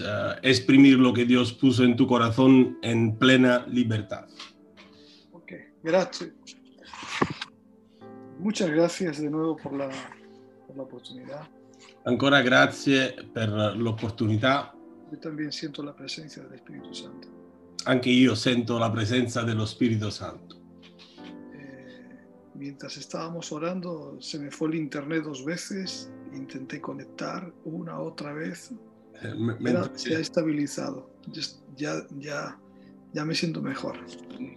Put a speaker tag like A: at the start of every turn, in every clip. A: uh, exprimir lo que Dios puso en tu corazón en plena libertad.
B: Ok, gracias. Muchas gracias de nuevo por la, por la oportunidad.
A: Ancora grazie per l'opportunità.
B: Yo también siento la presencia del Espíritu Santo.
A: Anche io sento la presenza dello Spirito Santo.
B: Eh, mientras estábamos orando, se me fue el internet dos veces. Intenté conectar una otra vez.
A: Eh, me-
B: Era-
A: mentre-
B: se ha estabilizado. Yo- Ya, ya, ya me siento mejor.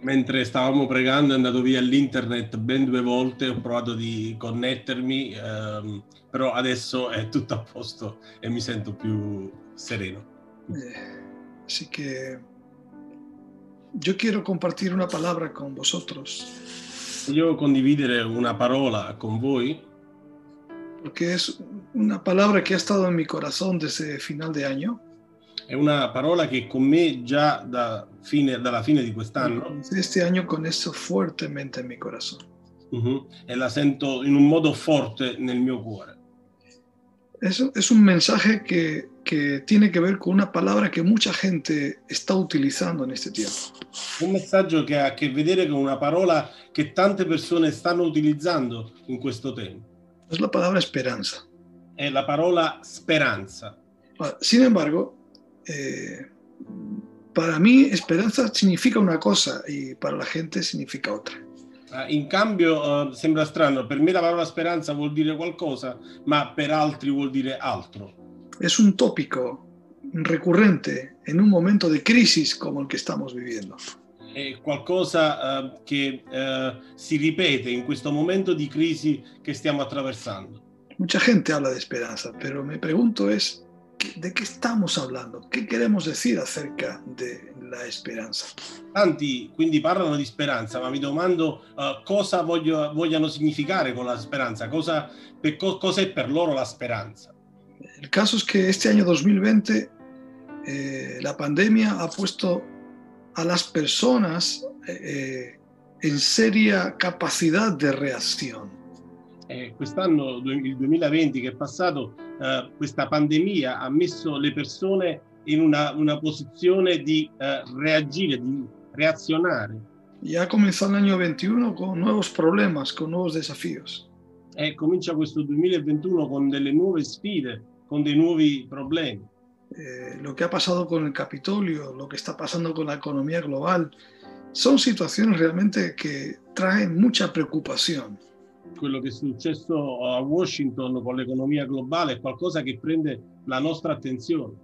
A: mentre stavamo pregando è andato via l'internet ben due volte, ho provato di connettermi, ehm, però adesso è tutto a posto e mi sento più sereno.
B: Eh, así que yo quiero compartir una palabra con vosotros,
A: Voglio condividere una parola con voi
B: porque es una palabra que ha estado en mi corazón desde final de año.
A: È una parola che con me già da fine- dalla fine di
B: Y
A: quest'anno
B: comencé Este año con eso fuertemente en mi corazón.
A: mhm, e la sento in un modo forte nel mio cuore.
B: Eso es un mensaje que, que tiene que ver con una palabra que mucha gente está utilizando en este tiempo.
A: Un messaggio che ha a che vedere con una parola che tante persone stanno utilizzando in questo tempo.
B: Es la palabra esperanza.
A: È la parola speranza.
B: Ahora, Sin embargo, eh, para mí esperanza significa una cosa y para la gente significa otra.
A: Eh, In cambio, eh, sembra strano, per me la parola speranza vuol dire qualcosa, ma per altri vuol dire altro.
B: es un tópico recurrente en un momento de crisis como el que estamos viviendo.
A: È qualcosa eh, che eh, si ripete in questo momento di crisi che stiamo attraversando.
B: Mucha gente habla de esperanza, pero me pregunto es, ¿qué- ¿de qué estamos hablando? ¿Qué queremos decir acerca de la esperanza?
A: Tanti quindi parlano di speranza, ma mi domando eh, cosa voglio- vogliano significare con la speranza, cosa, per co- cos'è per loro la speranza.
B: El caso es que este año 2020 eh, la pandemia ha puesto a las personas eh, eh, en seria capacidad de reacción.
A: Eh, quest'anno, du- il 2020 che è passato, eh, questa pandemia ha messo le persone in una, una posizione di eh, reagire, di reazionare.
B: Ya comenzó el año 21 con nuevos problemas, con nuevos desafíos.
A: E comincia questo 2021 con delle nuove sfide, con dei nuovi problemi.
B: eh, lo que ha pasado con el Capitolio, lo que está pasando con la economía global, son situaciones realmente que traen mucha preocupación.
A: quello che è successo a Washington con l'economia globale è qualcosa che prende la nostra attenzione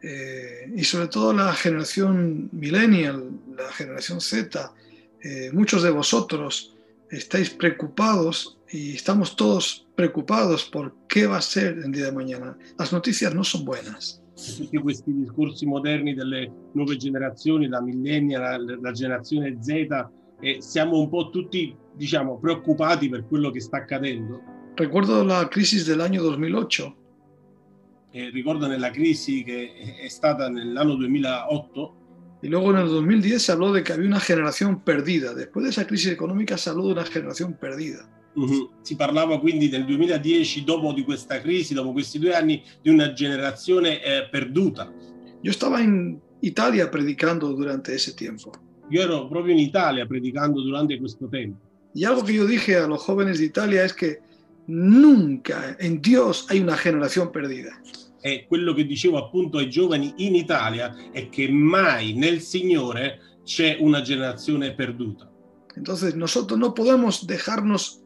B: Eh, y sobre todo la generación millennial, la generación Z, eh, muchos de vosotros estáis preocupados y estamos todos preocupados por qué va a ser el día de mañana. Las noticias no son buenas.
A: E tutti questi discorsi moderni delle nuove generazioni, la millennial, la, la generazione Z, e siamo un po' tutti, diciamo, preoccupati per quello che sta accadendo.
B: Recuerdo la crisis del año 2008
A: E ricordo nella crisi che è- è stata nell'anno 2008,
B: Y luego en el 2010 se habló de que había una generación perdida. Después de esa crisis económica se habló de una generación perdida.
A: mhm, si parlava quindi del 2010, dopo di questa crisi, dopo questi due anni, di una generazione eh, perduta.
B: Yo estaba en Italia predicando durante ese tiempo.
A: Io ero proprio in Italia predicando durante questo tempo.
B: Y algo que yo dije a los jóvenes de Italia es que nunca en Dios hay una generación perdida.
A: E quello che dicevo appunto ai giovani in Italia è che mai nel Signore c'è una generazione perduta.
B: Entonces nosotros no podemos dejarnos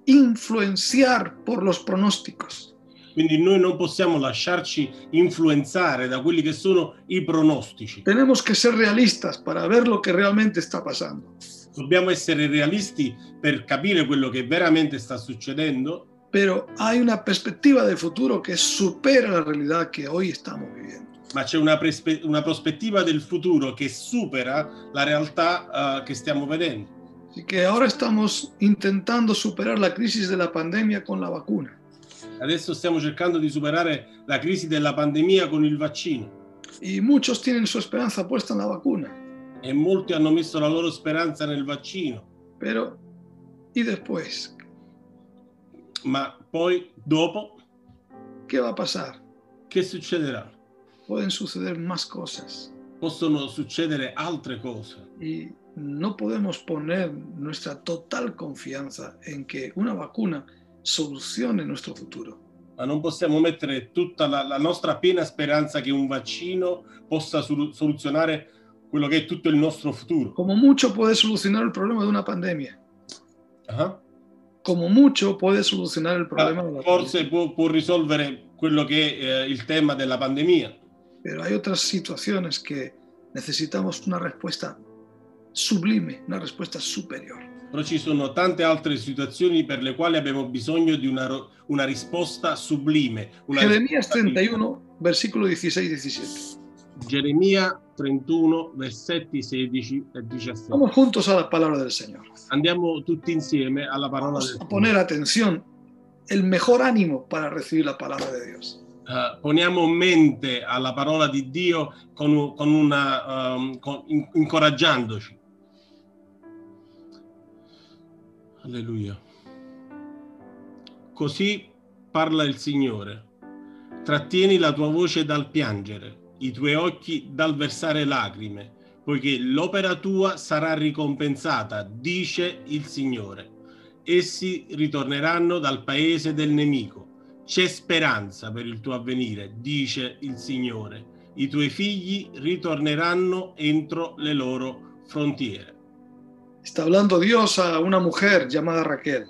B: influenciar por los pronósticos.
A: Quindi noi non possiamo lasciarci influenzare da quelli che sono i pronostici.
B: Tenemos que ser realistas para ver lo que realmente está pasando.
A: Dobbiamo essere realisti per capire quello che veramente sta succedendo,
B: Pero hay una perspectiva de futuro que supera la realidad que hoy estamos viviendo.
A: ma c'è una, prespe- una prospettiva del futuro che supera la realtà eh, che stiamo vedendo.
B: Así que ahora estamos intentando superar la crisis de la pandemia con la vacuna.
A: Adesso stiamo cercando di superare la crisi della pandemia con il vaccino.
B: Y muchos tienen su esperanza puesta en la vacuna.
A: e molti hanno messo la loro speranza nel vaccino,
B: Pero, ¿y después?
A: ma poi dopo
B: ¿Qué va a pasar?
A: che succederà?
B: pueden suceder más cosas
A: possono succedere altre cose
B: y no podemos poner nuestra total confianza en que una vacuna solucione nuestro futuro.
A: ma non possiamo mettere tutta la, la nostra piena speranza che un vaccino possa solu- soluzionare quello che è tutto il nostro futuro.
B: Como mucho puede solucionar el problema de una pandemia.
A: Ah,
B: Como mucho puede solucionar el problema de la pandemia.
A: Forse può, può risolvere quello che è eh, il tema della pandemia,
B: Pero hay otras situaciones que necesitamos una respuesta sublime, una respuesta superior.
A: però ci sono tante altre situazioni per le quali abbiamo bisogno di una, ro- una risposta sublime. Una
B: Jeremías
A: risposta sublime.
B: 31, versículo 16 y 17.
A: Geremia 31, versetti 16 e 17.
B: Vamos juntos a la palabra del Señor.
A: Andiamo tutti insieme alla parola
B: Vamos
A: del
B: a poner atención, el mejor ánimo para recibir la palabra de Dios.
A: Eh, poniamo mente alla parola di Dio con, con una, ehm, con- in- incoraggiandoci. Alleluia. Così parla il Signore. Trattieni la tua voce dal piangere, i tuoi occhi dal versare lacrime, poiché l'opera tua sarà ricompensata, dice il Signore. Essi ritorneranno dal paese del nemico. C'è speranza per il tuo avvenire, dice il Signore. I tuoi figli ritorneranno entro le loro frontiere.
B: Está hablando Dios a una mujer llamada Raquel.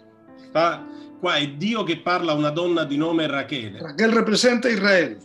A: Sta- qua è Dio che parla a una donna di nome Rachele.
B: Raquel representa a Israel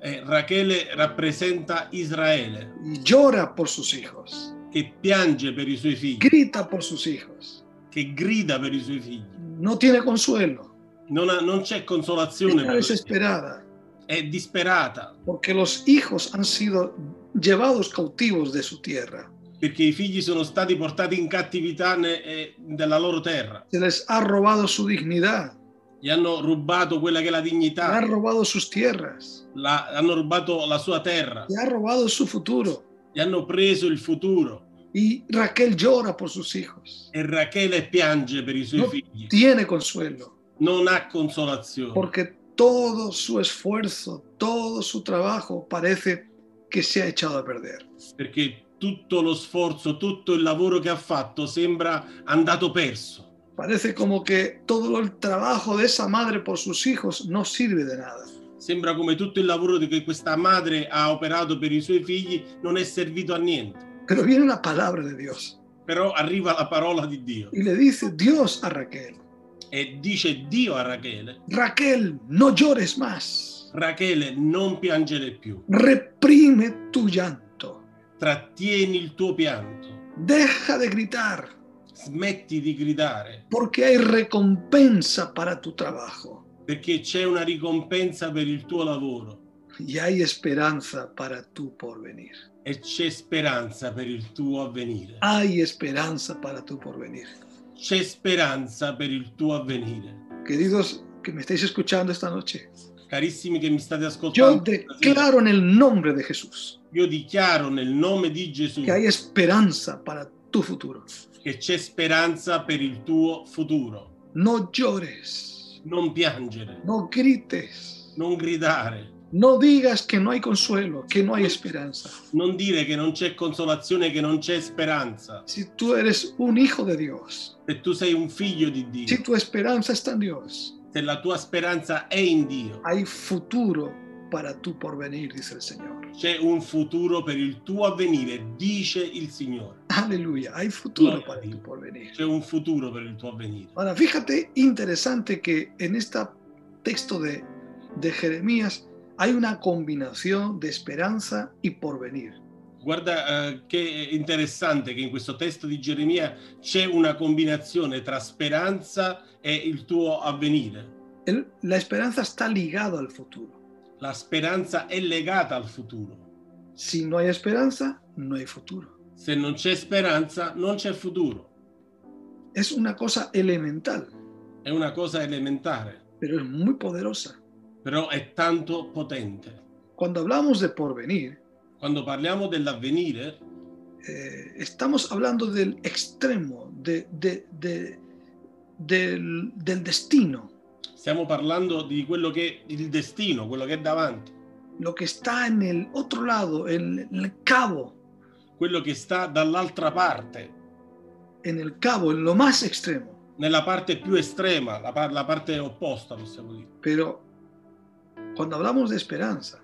A: Eh, Rachele rappresenta Israele,
B: y llora por sus hijos,
A: che piange per i suoi figli,
B: grita por sus hijos,
A: che grida per i suoi figli.
B: no tiene consuelo,
A: Non, ha- non c'è consolazione,
B: está
A: per lei.
B: desesperada,
A: è disperata
B: porque los hijos han sido llevados cautivos de su tierra.
A: perché i figli sono stati portati in cattività ne- eh, della loro terra.
B: Se les ha robado su dignidad,
A: Gli hanno rubato quella che è la
B: le
A: dignità.
B: ha robado sus tierras,
A: la- hanno rubato la sua terra,
B: le ha robado su futuro.
A: gli hanno preso il futuro
B: Y Raquel llora por sus hijos.
A: e Rachele piange per i suoi
B: No.
A: figli,
B: Tiene consuelo,
A: non ha consolazione
B: porque todo su esfuerzo, todo su trabajo parece que se ha echado a perder.
A: perché tutto lo sforzo, tutto il lavoro che ha fatto sembra andato perso,
B: Parece como que todo el trabajo de esa madre por sus hijos no sirve de nada.
A: sembra come tutto il lavoro di- che questa madre ha operato per i suoi figli non è servito a niente,
B: Pero viene la palabra de Dios
A: però arriva la parola di Dio
B: y le dice Dios a Raquel,
A: e dice Dio a Rachele,
B: Raquel, no llores más,
A: Rachele non piangere più,
B: reprime tu llanto,
A: trattieni il tuo pianto,
B: deja de gritar,
A: smetti di gridare,
B: porque hay recompensa para tu trabajo.
A: perché c'è una ricompensa per il tuo lavoro
B: y hay esperanza para tu porvenir.
A: e c'è speranza per il tuo avvenire.
B: Hay esperanza para tu porvenir.
A: C'è speranza per il tuo avvenire.
B: Queridos que me estáis escuchando esta noche,
A: Carissimi che mi state ascoltando,
B: yo
A: stasera,
B: declaro en el nombre de Jesús
A: io dichiaro nel nome di Gesù
B: que hay esperanza para tu futuro.
A: che c'è speranza per il tuo futuro.
B: No llores,
A: Non piangere,
B: no grites,
A: non gridare,
B: no digas que no hay consuelo, que no hay esperanza.
A: non dire che non c'è consolazione, che non c'è speranza.
B: Si tú eres un hijo de Dios,
A: Se tu sei un figlio di Dio,
B: si tu esperanza está en Dios,
A: se la tua speranza è in Dio,
B: hay futuro para tu porvenir, dice el Señor.
A: c'è un futuro per il tuo avvenire, dice il Signore.
B: Aleluya, hay futuro
A: Gloria a
B: para
A: Dios.
B: tu porvenir.
A: C'è un futuro per il tuo avvenire.
B: Ahora, fíjate, interesante que en este texto de, de Jeremías hay una combinación de esperanza y porvenir.
A: Guarda eh, che interessante che in questo testo di Geremia c'è una combinazione tra speranza e il tuo avvenire.
B: El- la esperanza está ligada al futuro.
A: La speranza è legata al futuro.
B: Si no hay esperanza, no hay futuro.
A: Se non c'è speranza, non c'è futuro.
B: Es una cosa elemental,
A: È una cosa elementare,
B: pero es muy poderosa.
A: però è tanto potente.
B: Cuando hablamos de porvenir,
A: Quando parliamo dell'avvenire,
B: eh, estamos hablando del extremo, de- de- de- del- del destino,
A: stiamo parlando di quello che è il destino, quello che è davanti.
B: lo que está en el otro lado, en el cabo,
A: quello che sta dall'altra parte,
B: en el cabo, en lo más extremo.
A: nella parte più estrema, la, par- la parte opposta, possiamo dire.
B: Pero cuando hablamos de esperanza,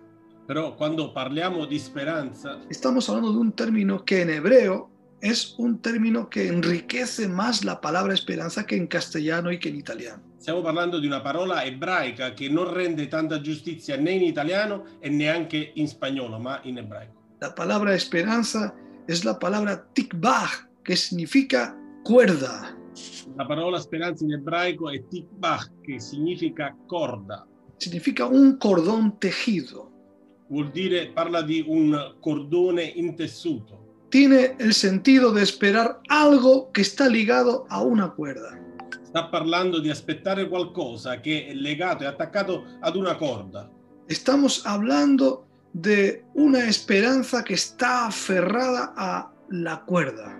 A: Però quando parliamo di speranza,
B: estamos hablando de un término que en hebreo es un término que enriquece más la palabra esperanza que en castellano y que en italiano.
A: stiamo parlando di una parola ebraica che non rende tanta giustizia né in italiano e neanche in spagnolo, ma in ebraico.
B: La palabra esperanza es la palabra tikvah, que significa cuerda.
A: La parola speranza in ebraico è tikbach, che significa corda.
B: Significa un cordón tejido.
A: Vuol dire, parla di un cordone intessuto.
B: Tiene el sentido de esperar algo que está ligado a una cuerda.
A: Sta parlando di aspettare qualcosa che è legato e attaccato ad una corda.
B: Estamos hablando de una esperanza que está aferrada a la cuerda.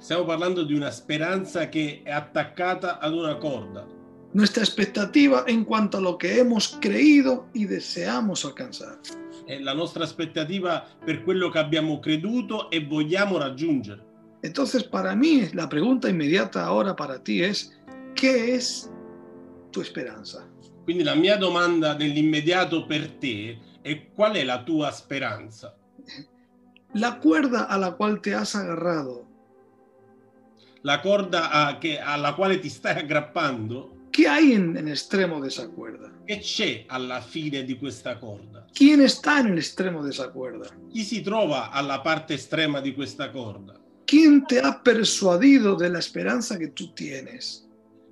A: Stiamo parlando di una speranza che è attaccata ad una corda.
B: Nuestra expectativa en cuanto a lo que hemos creído y deseamos alcanzar.
A: È la nostra aspettativa per quello che abbiamo creduto e vogliamo raggiungere.
B: Entonces, para mí, la pregunta inmediata ahora para ti es, ¿qué es tu esperanza?
A: Quindi la mia domanda nell'immediato per te è qual è la tua speranza?
B: La cuerda a la cual te has agarrado,
A: La corda a- che- alla quale ti stai aggrappando?
B: ¿qué hay en, en el extremo de esa cuerda?
A: Che c'è alla fine di questa corda?
B: ¿Quién está en el extremo de esa cuerda?
A: Chi si trova alla parte estrema di questa corda?
B: ¿Quién te ha persuadido de la esperanza que tú tienes?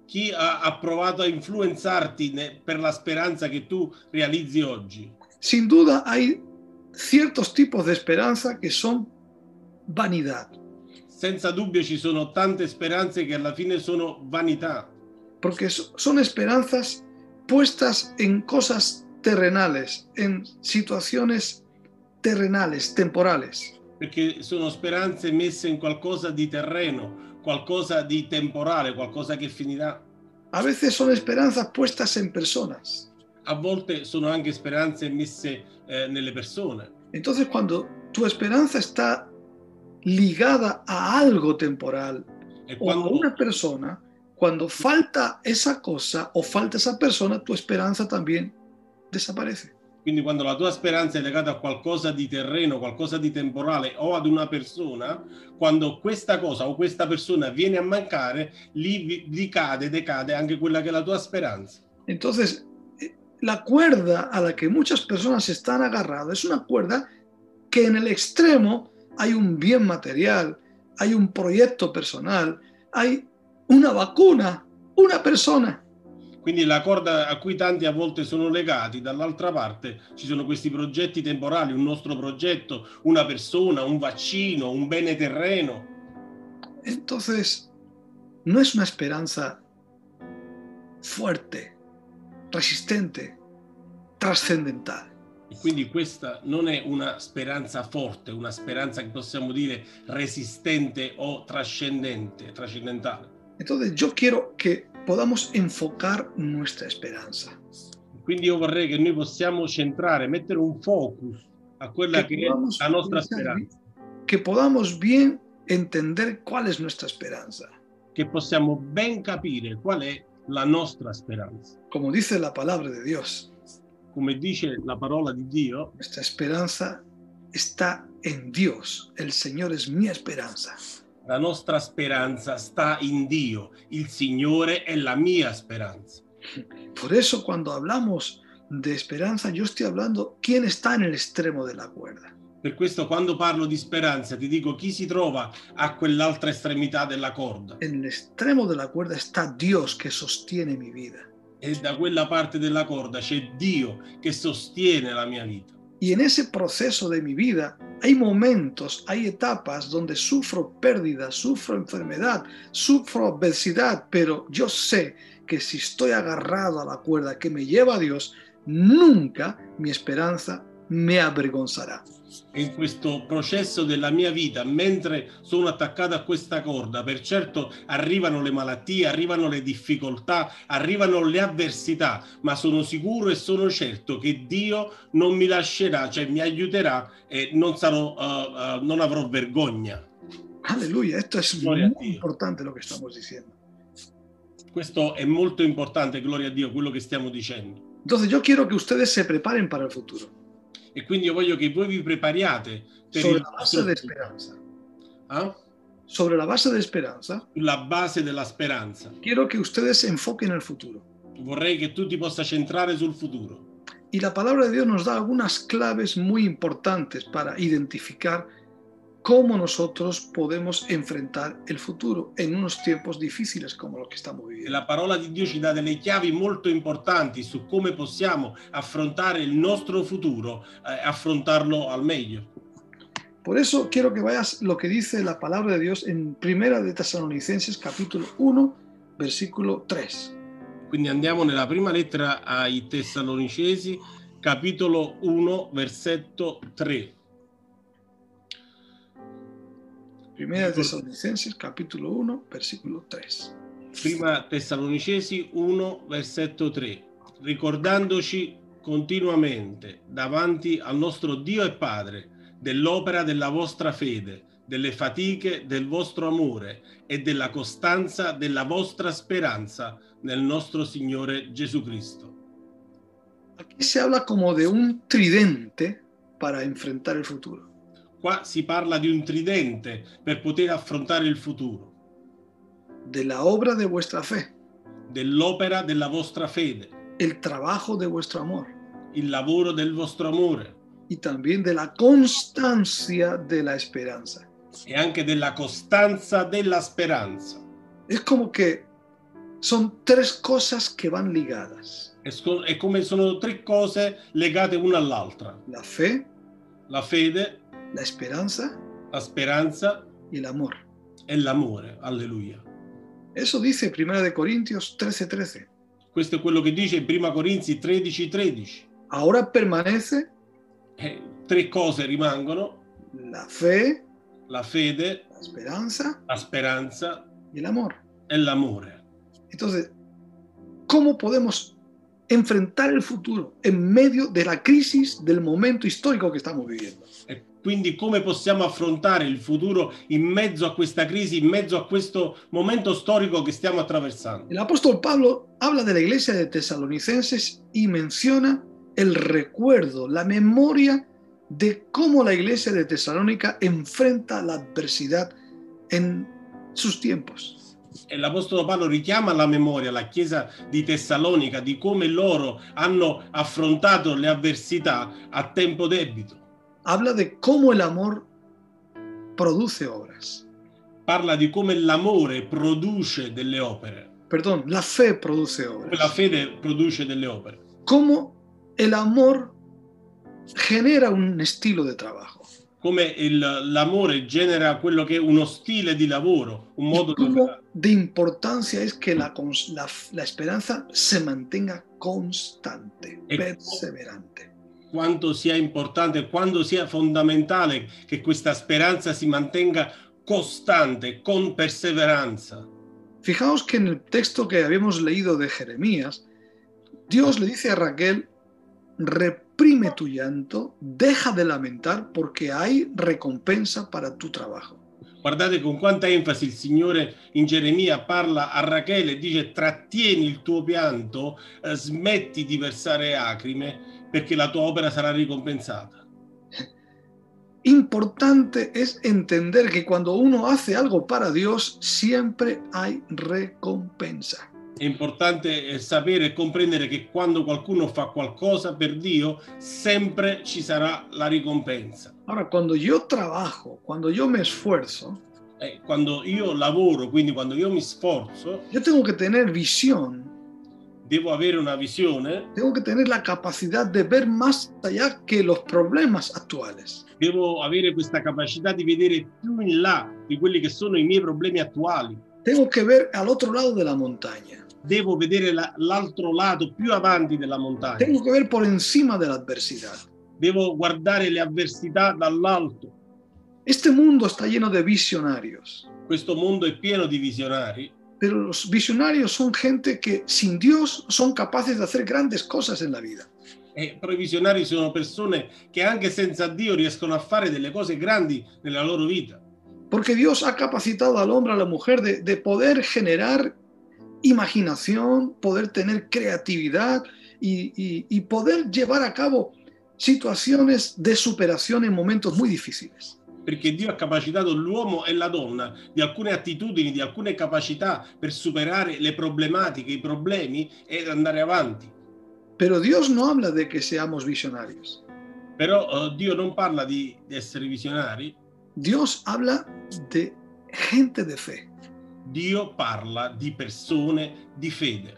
A: Chi ha, ha provato a influenzarti ne- per la speranza che tu realizzi oggi?
B: Sin duda hay ciertos tipos de esperanza que son vanidad,
A: Senza dubbio ci sono tante speranze che alla fine sono vanità,
B: porque so- son esperanzas puestas en cosas terrenales, en situaciones terrenales, temporales.
A: perché sono speranze messe in qualcosa di terreno, qualcosa di temporale, qualcosa che finirà.
B: A veces son esperanzas puestas en personas.
A: A volte sono anche speranze messe eh, nelle persone.
B: Entonces cuando tu esperanza está ligada a algo temporal
A: E
B: o a
A: quando,
B: una persona, cuando falta esa cosa o falta esa persona, tu esperanza también desaparece.
A: quindi quando la tua speranza è legata a qualcosa di terreno, qualcosa di temporale o ad una persona, quando questa cosa o questa persona viene a mancare, lì, vi- lì cade, decade anche quella che è la tua speranza.
B: Entonces, eh, la cuerda a la que muchas personas están agarradas es una cuerda que en el extremo hay un bien material, hay un proyecto personal, hay una vacuna, una persona.
A: Quindi la corda a cui tanti a volte sono legati, dall'altra parte ci sono questi progetti temporali, un nostro progetto, una persona, un vaccino, un bene terreno.
B: Entonces, no es una esperanza fuerte, resistente, trascendental.
A: E quindi questa non è una speranza forte, una speranza che possiamo dire resistente o trascendente, trascendentale.
B: Entonces, yo quiero que podamos enfocar nuestra esperanza.
A: Quindi io vorrei che noi possiamo centrare, mettere un focus a quella che è
B: podamos
A: la nostra
B: pensar bien-
A: speranza,
B: que podamos bien entender cuál es nuestra esperanza.
A: che possiamo ben capire qual è la nostra speranza.
B: Como dice la palabra de Dios,
A: Come dice la parola di Dio,
B: nuestra esperanza está en Dios. El Señor es mi esperanza.
A: La nostra speranza sta in Dio, il Signore è la mia speranza.
B: Por eso cuando hablamos de esperanza, yo estoy hablando quién está en el extremo de la cuerda.
A: Per questo quando parlo di speranza ti dico chi si trova a quell'altra estremità della corda
B: En el extremo de la cuerda está Dios que sostiene mi vida.
A: e da quella parte della corda c'è Dio che sostiene la mia vita.
B: Y en ese proceso de mi vida hay momentos, hay etapas donde sufro pérdida, sufro enfermedad, sufro adversidad, pero yo sé que si estoy agarrado a la cuerda que me lleva a Dios, nunca mi esperanza me avergonzará.
A: in questo processo della mia vita, mentre sono attaccato a questa corda, per certo arrivano le malattie, arrivano le difficoltà, arrivano le avversità, ma sono sicuro e sono certo che Dio non mi lascerà, cioè mi aiuterà e non, sarò, uh, uh, non avrò vergogna.
B: Aleluya, esto es
A: Gloria a
B: muy
A: Dio.
B: importante lo que estamos diciendo.
A: Questo è molto importante, gloria a Dio, quello che stiamo dicendo.
B: Entonces yo quiero que ustedes se preparen para el futuro,
A: E quindi io voglio che voi vi prepariate per
B: sobre
A: il
B: la base de
A: vostro-
B: esperanza.
A: eh?
B: Sobre la base de esperanza,
A: sulla base della speranza.
B: quiero que ustedes se enfoquen al futuro.
A: Vorrei che tu ti possa centrare sul futuro.
B: Y la palabra de Dios nos da algunas claves muy importantes para identificar cómo nosotros podemos enfrentar el futuro en unos tiempos difíciles como los que estamos
A: E
B: viviendo.
A: La parola di Dio ci dà delle chiavi molto importanti su come possiamo affrontare il nostro futuro, eh, affrontarlo al meglio.
B: Por eso quiero que vayas lo que dice la palabra de Dios en Primera de Tesalonicenses capítulo 1, versículo 3.
A: Quindi andiamo nella prima lettera ai Tessalonicesi, capitolo 1, versetto 3.
B: Primera de Tesalonicenses capítulo 1, versículo 3.
A: Prima Tessalonicesi 1, versetto 3. Ricordandoci continuamente davanti al nostro Dio e Padre dell'opera della vostra fede, delle fatiche del vostro amore e della costanza della vostra speranza nel nostro Signore Gesù Cristo.
B: Aquí se habla como de un tridente para enfrentar el futuro.
A: Qua si parla di un tridente per poter affrontare il futuro,
B: De la obra de vuestra fe,
A: dell'opera della vostra fede,
B: el trabajo de vuestro amor.
A: il lavoro del vostro amore
B: y también de la constancia de la esperanza.
A: e anche della costanza della speranza.
B: Es como que son tres cosas que van ligadas.
A: È, sco- è come sono tre cose legate una all'altra:
B: La fe,
A: la fede,
B: la esperanza
A: la speranza
B: y el amor.
A: e l'amore. Alleluia.
B: Eso dice 1 de Corintios 13:13.
A: Questo è quello che dice in 1 Corinzi 13:13.
B: Ahora permanece
A: Eh, tre cose rimangono:
B: la fe,
A: la fede,
B: la esperanza
A: la speranza
B: y el amor.
A: e l'amore.
B: Entonces, ¿cómo podemos enfrentar el futuro en medio de la crisis del momento histórico que estamos viviendo?
A: E quindi come possiamo affrontare il futuro in mezzo a questa crisi, in mezzo a questo momento storico che stiamo attraversando?
B: El apóstol Pablo habla de la iglesia de Tesalonicenses y menciona el recuerdo, la memoria de cómo la iglesia de Tesalónica enfrenta la adversidad en sus tiempos.
A: E l'Apostolo Paolo richiama alla memoria la Chiesa di Tessalonica di come loro hanno affrontato le avversità a tempo debito.
B: Habla de cómo el amor produce obras.
A: Parla di come l'amore produce delle opere,
B: Perdón, la fe produce
A: come la
B: obras.
A: fede produce delle opere,
B: Cómo el amor genera un estilo de trabajo.
A: come il- l'amore genera quello che è uno stile di lavoro, un modo
B: Y
A: di
B: cómo
A: operare.
B: de importancia es que la, cons- la f- la esperanza se mantenga constante,
A: E-
B: perseverante.
A: Quanto sia importante, quanto sia fondamentale che questa speranza si mantenga costante, con perseveranza.
B: Fijaos que en el texto que habíamos leído de Jeremías, Dios le dice a Raquel, reprime tu llanto, deja de lamentar porque hay recompensa para tu trabajo.
A: Guardate con quanta enfasi il Signore in Geremia parla a Rachele e dice trattieni il tuo pianto, eh, smetti di versare lacrime perché la tua opera sarà ricompensata.
B: Importante es entender que cuando uno hace algo para Dios, siempre hay recompensa.
A: È importante eh, sapere e comprendere che quando qualcuno fa qualcosa per Dio sempre ci sarà la ricompensa.
B: Ahora, cuando yo trabajo, cuando yo me esfuerzo,
A: Eh, quando io lavoro, quindi quando io mi sforzo,
B: yo tengo que tener visión,
A: devo avere una visione,
B: tengo que tener la capacidad de ver más allá que los problemas actuales.
A: devo avere questa capacità di vedere più in là di quelli che sono i miei problemi attuali.
B: Tengo que ver al otro lado de la montaña.
A: devo vedere la- l'altro lato più avanti della montagna,
B: Tengo que ver por encima de la adversidad.
A: devo guardare le avversità dall'alto.
B: Este mundo está lleno de visionarios,
A: Questo mondo è pieno di visionari,
B: pero los visionarios son gente que sin Dios son capaces de hacer grandes cosas en la vida.
A: e però i visionari sono persone che anche senza Dio riescono a fare delle cose grandi nella loro vita.
B: Porque Dios ha capacitado al hombre, a la mujer, de, de poder generar imaginación, poder tener creatividad y, y- y poder llevar a cabo situaciones de superación en momentos muy difíciles.
A: perché Dio ha capacitato l'uomo e la donna di alcune attitudini, di alcune capacità per superare le problematiche, i problemi ed andare avanti.
B: Pero Dios no habla de que seamos visionarios.
A: Però eh, Dio non parla di, di essere visionari,
B: Dios habla de gente de fe.
A: Dio parla di persone di fede.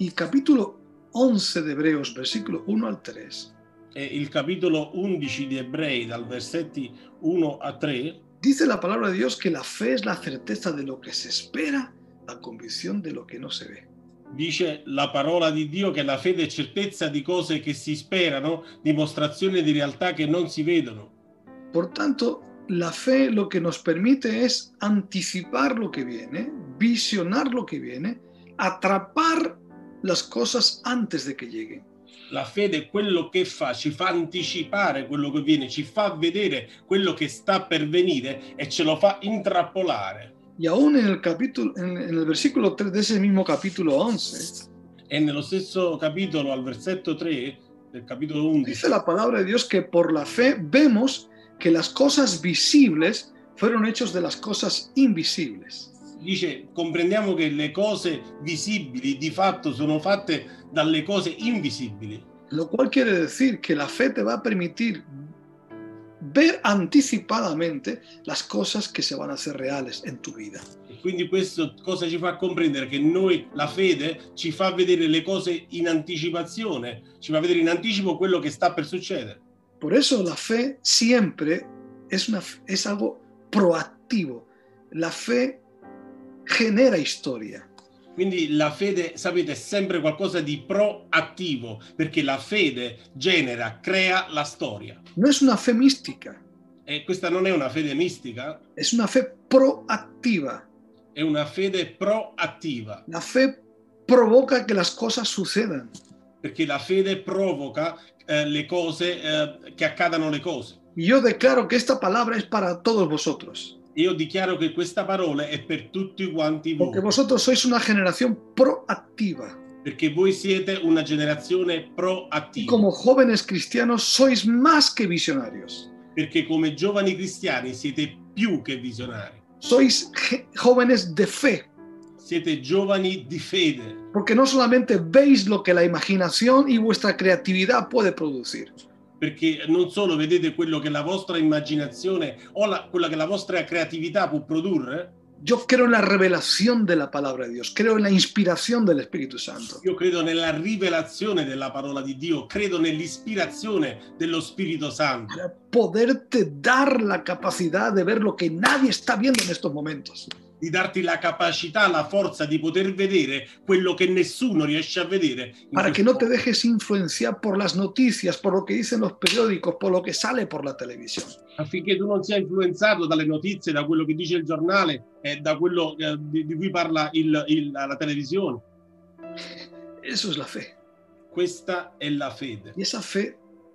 B: Y capítulo 11 de Hebreos, versículo 1 al 3,
A: E il capitolo 11 di Ebrei, dal versetti 1 a 3,
B: dice la palabra de Dios que la fe es la certeza de lo que se espera, la convicción de lo que no se ve.
A: dice la parola di Dio che la fede è certezza di cose che si sperano, dimostrazione di realtà che non si vedono.
B: Por tanto, la fe lo que nos permite es anticipar lo que viene, visionar lo que viene, atrapar las cosas antes de que lleguen.
A: La fede è quello che fa, ci fa anticipare quello che viene, ci fa vedere quello che sta per venire e ce lo fa intrappolare.
B: Y aún en el capítulo en, en el versículo 3 de ese mismo capítulo 11
A: E nello stesso capitolo, al versetto 3 del capitolo 11,
B: dice la palabra de Dios que por la fe vemos que las cosas visibles fueron hechos de las cosas invisibles.
A: dice comprendiamo che le cose visibili di fatto sono fatte dalle cose invisibili,
B: Lo cual quiere decir que la fe te va a permitir ver anticipadamente las cosas que se van a hacer reales en tu vida.
A: E quindi questo cosa ci fa comprendere? Che noi, la fede, ci fa vedere le cose in anticipazione, ci fa vedere in anticipo quello che sta per succedere.
B: Por eso la fe siempre es, una, es algo proactivo. La fe genera historia.
A: Quindi la fede, sapete, è sempre qualcosa di proattivo, perché la fede genera, crea la storia.
B: No es una fe mística,
A: E questa non è una fede mistica,
B: es una fe proactiva.
A: è una fede proattiva,
B: La fe provoca que las cosas sucedan.
A: perché la fede provoca eh, le cose, eh, che accadano le cose.
B: Y yo declaro que esta palabra es para todos vosotros,
A: Io dichiaro che questa parola è per tutti quanti voi,
B: porque vosotros sois una generación proactiva.
A: perché voi siete una generazione
B: Y
A: proattiva,
B: como jóvenes cristianos sois más que visionarios.
A: perché come giovani cristiani siete più che visionari,
B: Sois ge- jóvenes de fe,
A: siete giovani di fede.
B: Porque no solamente veis lo que la imaginación y vuestra creatividad puede producir,
A: perché non solo vedete quello che la vostra immaginazione o la- quella che la vostra creatività può produrre,
B: yo creo en la revelación de la palabra de Dios, creo en la inspiración del Espíritu Santo.
A: io credo nella rivelazione della parola di Dio, credo nell'ispirazione dello Spirito Santo
B: Para poderte dar la capacidad de ver lo que nadie está viendo en estos momentos.
A: di darti la capacità, la forza di poter vedere quello che nessuno riesce a vedere. in
B: Para que
A: questo
B: no te
A: mondo.
B: dejes influenciar por las noticias, por lo que dicen los periódicos, por lo que sale por la televisión.
A: Affinché tu non sia influenzato dalle notizie, da quello che dice il giornale e da quello eh, di, di cui parla il- il- la televisione.
B: Eso es la fe.
A: Questa è la fede
B: Y esa fe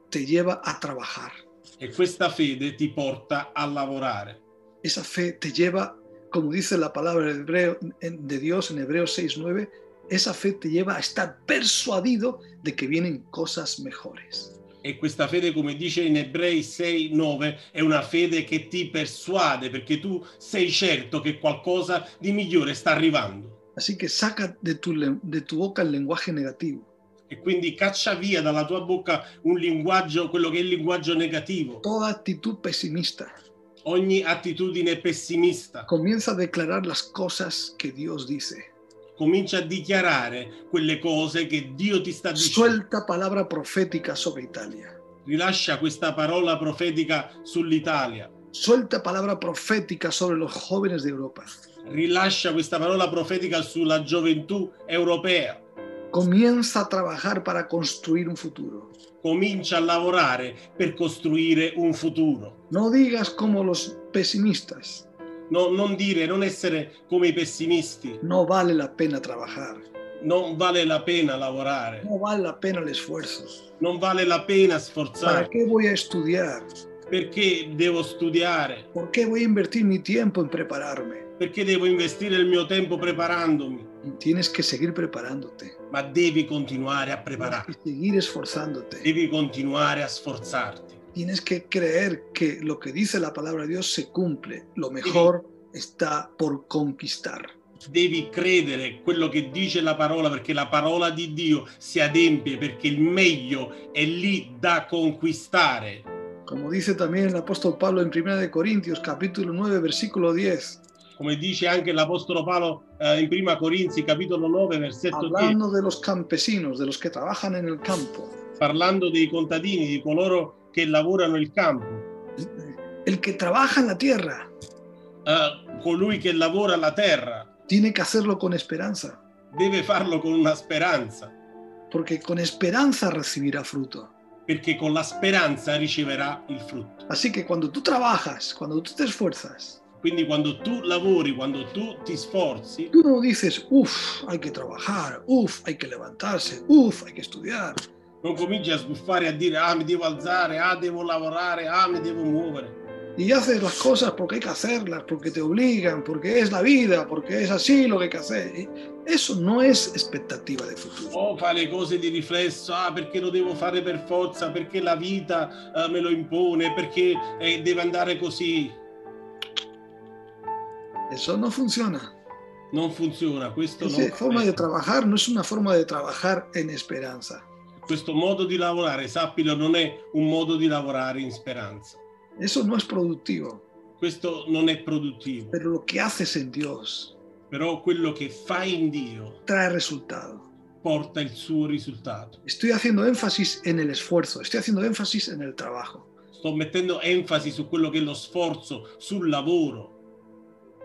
B: te lleva a trabajar.
A: e questa fede ti porta a lavorare.
B: esa fe te lleva, como dice la palabra de, hebreo- en- de Dios en Hebreos 6.9, esa fe te lleva a estar persuadido de que vienen cosas mejores.
A: E questa fede, come dice in Ebrei 6, 9, è una fede che ti persuade perché tu sei certo che qualcosa di migliore sta arrivando.
B: Así que saca de tu, le- de tu boca el lenguaje negativo,
A: E quindi caccia via dalla tua bocca un linguaggio, quello che è il linguaggio negativo,
B: toda actitud pesimista.
A: ogni attitudine pessimista.
B: Comienza a declarar las cosas que Dios dice.
A: Comincia a dichiarare quelle cose che Dio ti sta dicendo.
B: Suelta palabra profética sobre Italia.
A: Rilascia questa parola profetica sull'Italia.
B: Suelta palabra profética sobre los jóvenes de Europa.
A: Rilascia questa parola profetica sulla gioventù europea.
B: Comienza a trabajar para construir un futuro.
A: comincia a lavorare per costruire un futuro.
B: No digas como los pesimistas,
A: No- non dire, non essere come i pessimisti,
B: no vale la pena trabajar,
A: non vale la pena lavorare,
B: no vale la pena el esfuerzo.
A: non vale la pena
B: ¿Para
A: sforzarsi,
B: qué voy a estudiar?
A: perché devo studiare,
B: ¿Por qué voy a invertir mi tiempo en prepararme?
A: perché devo investire il mio tempo preparandomi,
B: Tienes que seguir preparándote,
A: ma devi continuare a prepararti,
B: tienes que seguir esforzándote,
A: devi continuare a sforzarti,
B: tienes que creer que lo que dice la palabra de Dios se cumple, lo mejor está por conquistar.
A: devi credere quello che dice la parola perché la parola di Dio si adempie, perché il meglio è lì da conquistare.
B: Como dice también el apóstol Pablo en 1 de Corintios capítulo 9 versículo 10,
A: come dice anche l'Apostolo Paolo eh, in prima Corinzi capitolo 9 versetto 10,
B: hablando de los campesinos, de los que trabajan en el campo.
A: parlando dei contadini, di coloro che lavorano il campo,
B: El que trabaja en la tierra
A: Eh, colui che lavora la terra
B: tiene que hacerlo con esperanza,
A: deve farlo con una speranza,
B: porque con esperanza recibirá fruto.
A: perché con la speranza riceverà il frutto.
B: Así que cuando tú trabajas, cuando tú te esfuerzas,
A: Quindi quando tu lavori, quando tu ti sforzi,
B: tú no dices, uff, hay que trabajar, uff, hay que levantarse, uff, hay que estudiar.
A: non cominci a sbuffare a dire ah mi devo alzare, ah devo lavorare, ah mi devo muovere.
B: Y haces las cosas porque hay que hacerlas, porque te obligan, porque es la vida, porque es así lo que hay que hacer. Y Eso no es expectativa de futuro.
A: O fa le cose di riflesso, ah perché lo devo fare per forza, perché la vita eh, me lo impone, perché eh, deve andare così.
B: Eso no funciona.
A: Non funziona, questo,
B: Esa
A: non-
B: forma de trabajar no es una forma de trabajar en esperanza.
A: questo modo di lavorare, sappilo, non è un modo di lavorare in speranza.
B: Eso no es productivo.
A: Questo non è produttivo,
B: Pero lo que haces en Dios
A: però quello che fai in Dio
B: trae resultado.
A: porta il suo risultato.
B: Estoy haciendo énfasis en el esfuerzo, estoy haciendo énfasis en el trabajo.
A: Sto mettendo enfasi su quello che è lo sforzo, sul lavoro.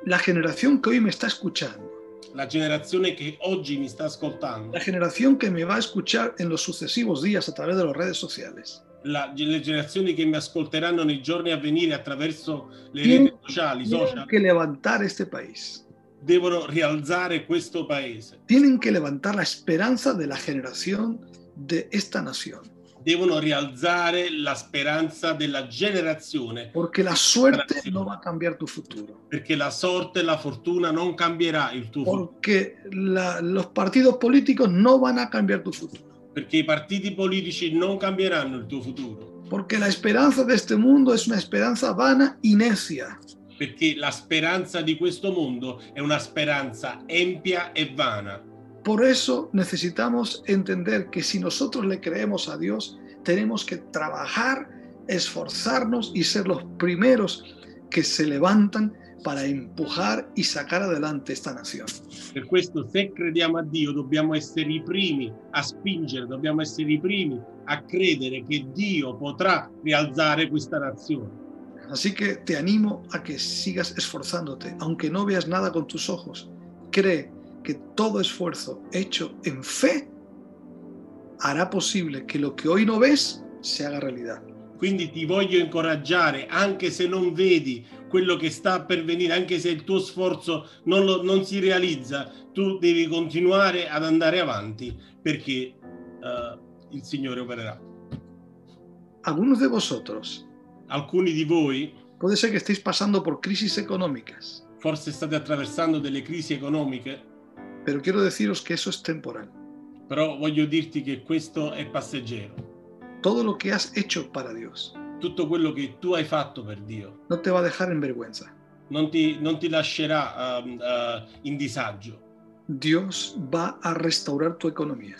B: La generación que hoy me está escuchando,
A: La generazione che oggi mi sta ascoltando,
B: la generación que me va a escuchar en los sucesivos días a través de las redes sociales,
A: la- le generazioni che mi ascolteranno nei giorni a venire attraverso le
B: Tiene-
A: reti sociali,
B: tienen
A: social,
B: que levantar este país,
A: devono rialzare questo paese,
B: tienen que levantar la esperanza de la generación de esta nación,
A: devono rialzare la speranza della generazione,
B: porque la suerte no va a cambiar tu futuro,
A: perché la sorte e la fortuna non cambierà il tuo futuro,
B: porque la- los partidos políticos no van a cambiar tu futuro,
A: perché i partiti politici non cambieranno il tuo futuro,
B: porque la esperanza de este mundo es una esperanza vana y necia.
A: perché la speranza di questo mondo è una speranza empia e vana.
B: Por eso necesitamos entender que si nosotros le creemos a Dios, tenemos que trabajar, esforzarnos y ser los primeros que se levantan para empujar y sacar adelante esta nación.
A: Per questo, se crediamo a Dio, dobbiamo essere i primi a spingere, dobbiamo essere i primi a credere che Dio potrà rialzare questa nazione.
B: Así que te animo a que sigas esforzándote, aunque no veas nada con tus ojos. Cree que todo esfuerzo hecho en fe hará posible que lo que hoy no ves se haga realidad.
A: Quindi ti voglio incoraggiare, anche se non vedi quello che sta per venire, anche se il tuo sforzo non, lo- non si realizza, tu devi continuare ad andare avanti perché eh, il Signore opererà.
B: Algunos de vosotros
A: Alcuni di voi
B: Puede ser que estéis pasando por crisis económicas,
A: forse state attraversando delle crisi economiche,
B: pero quiero deciros que eso es temporal.
A: però voglio dirti che questo è passeggero.
B: Todo lo que has hecho para Dios
A: tutto quello che tu hai fatto per Dio
B: no te va a dejar en vergüenza.
A: non ti, non ti lascerà ehm, eh, in disagio.
B: Dios va a restaurar tu economía.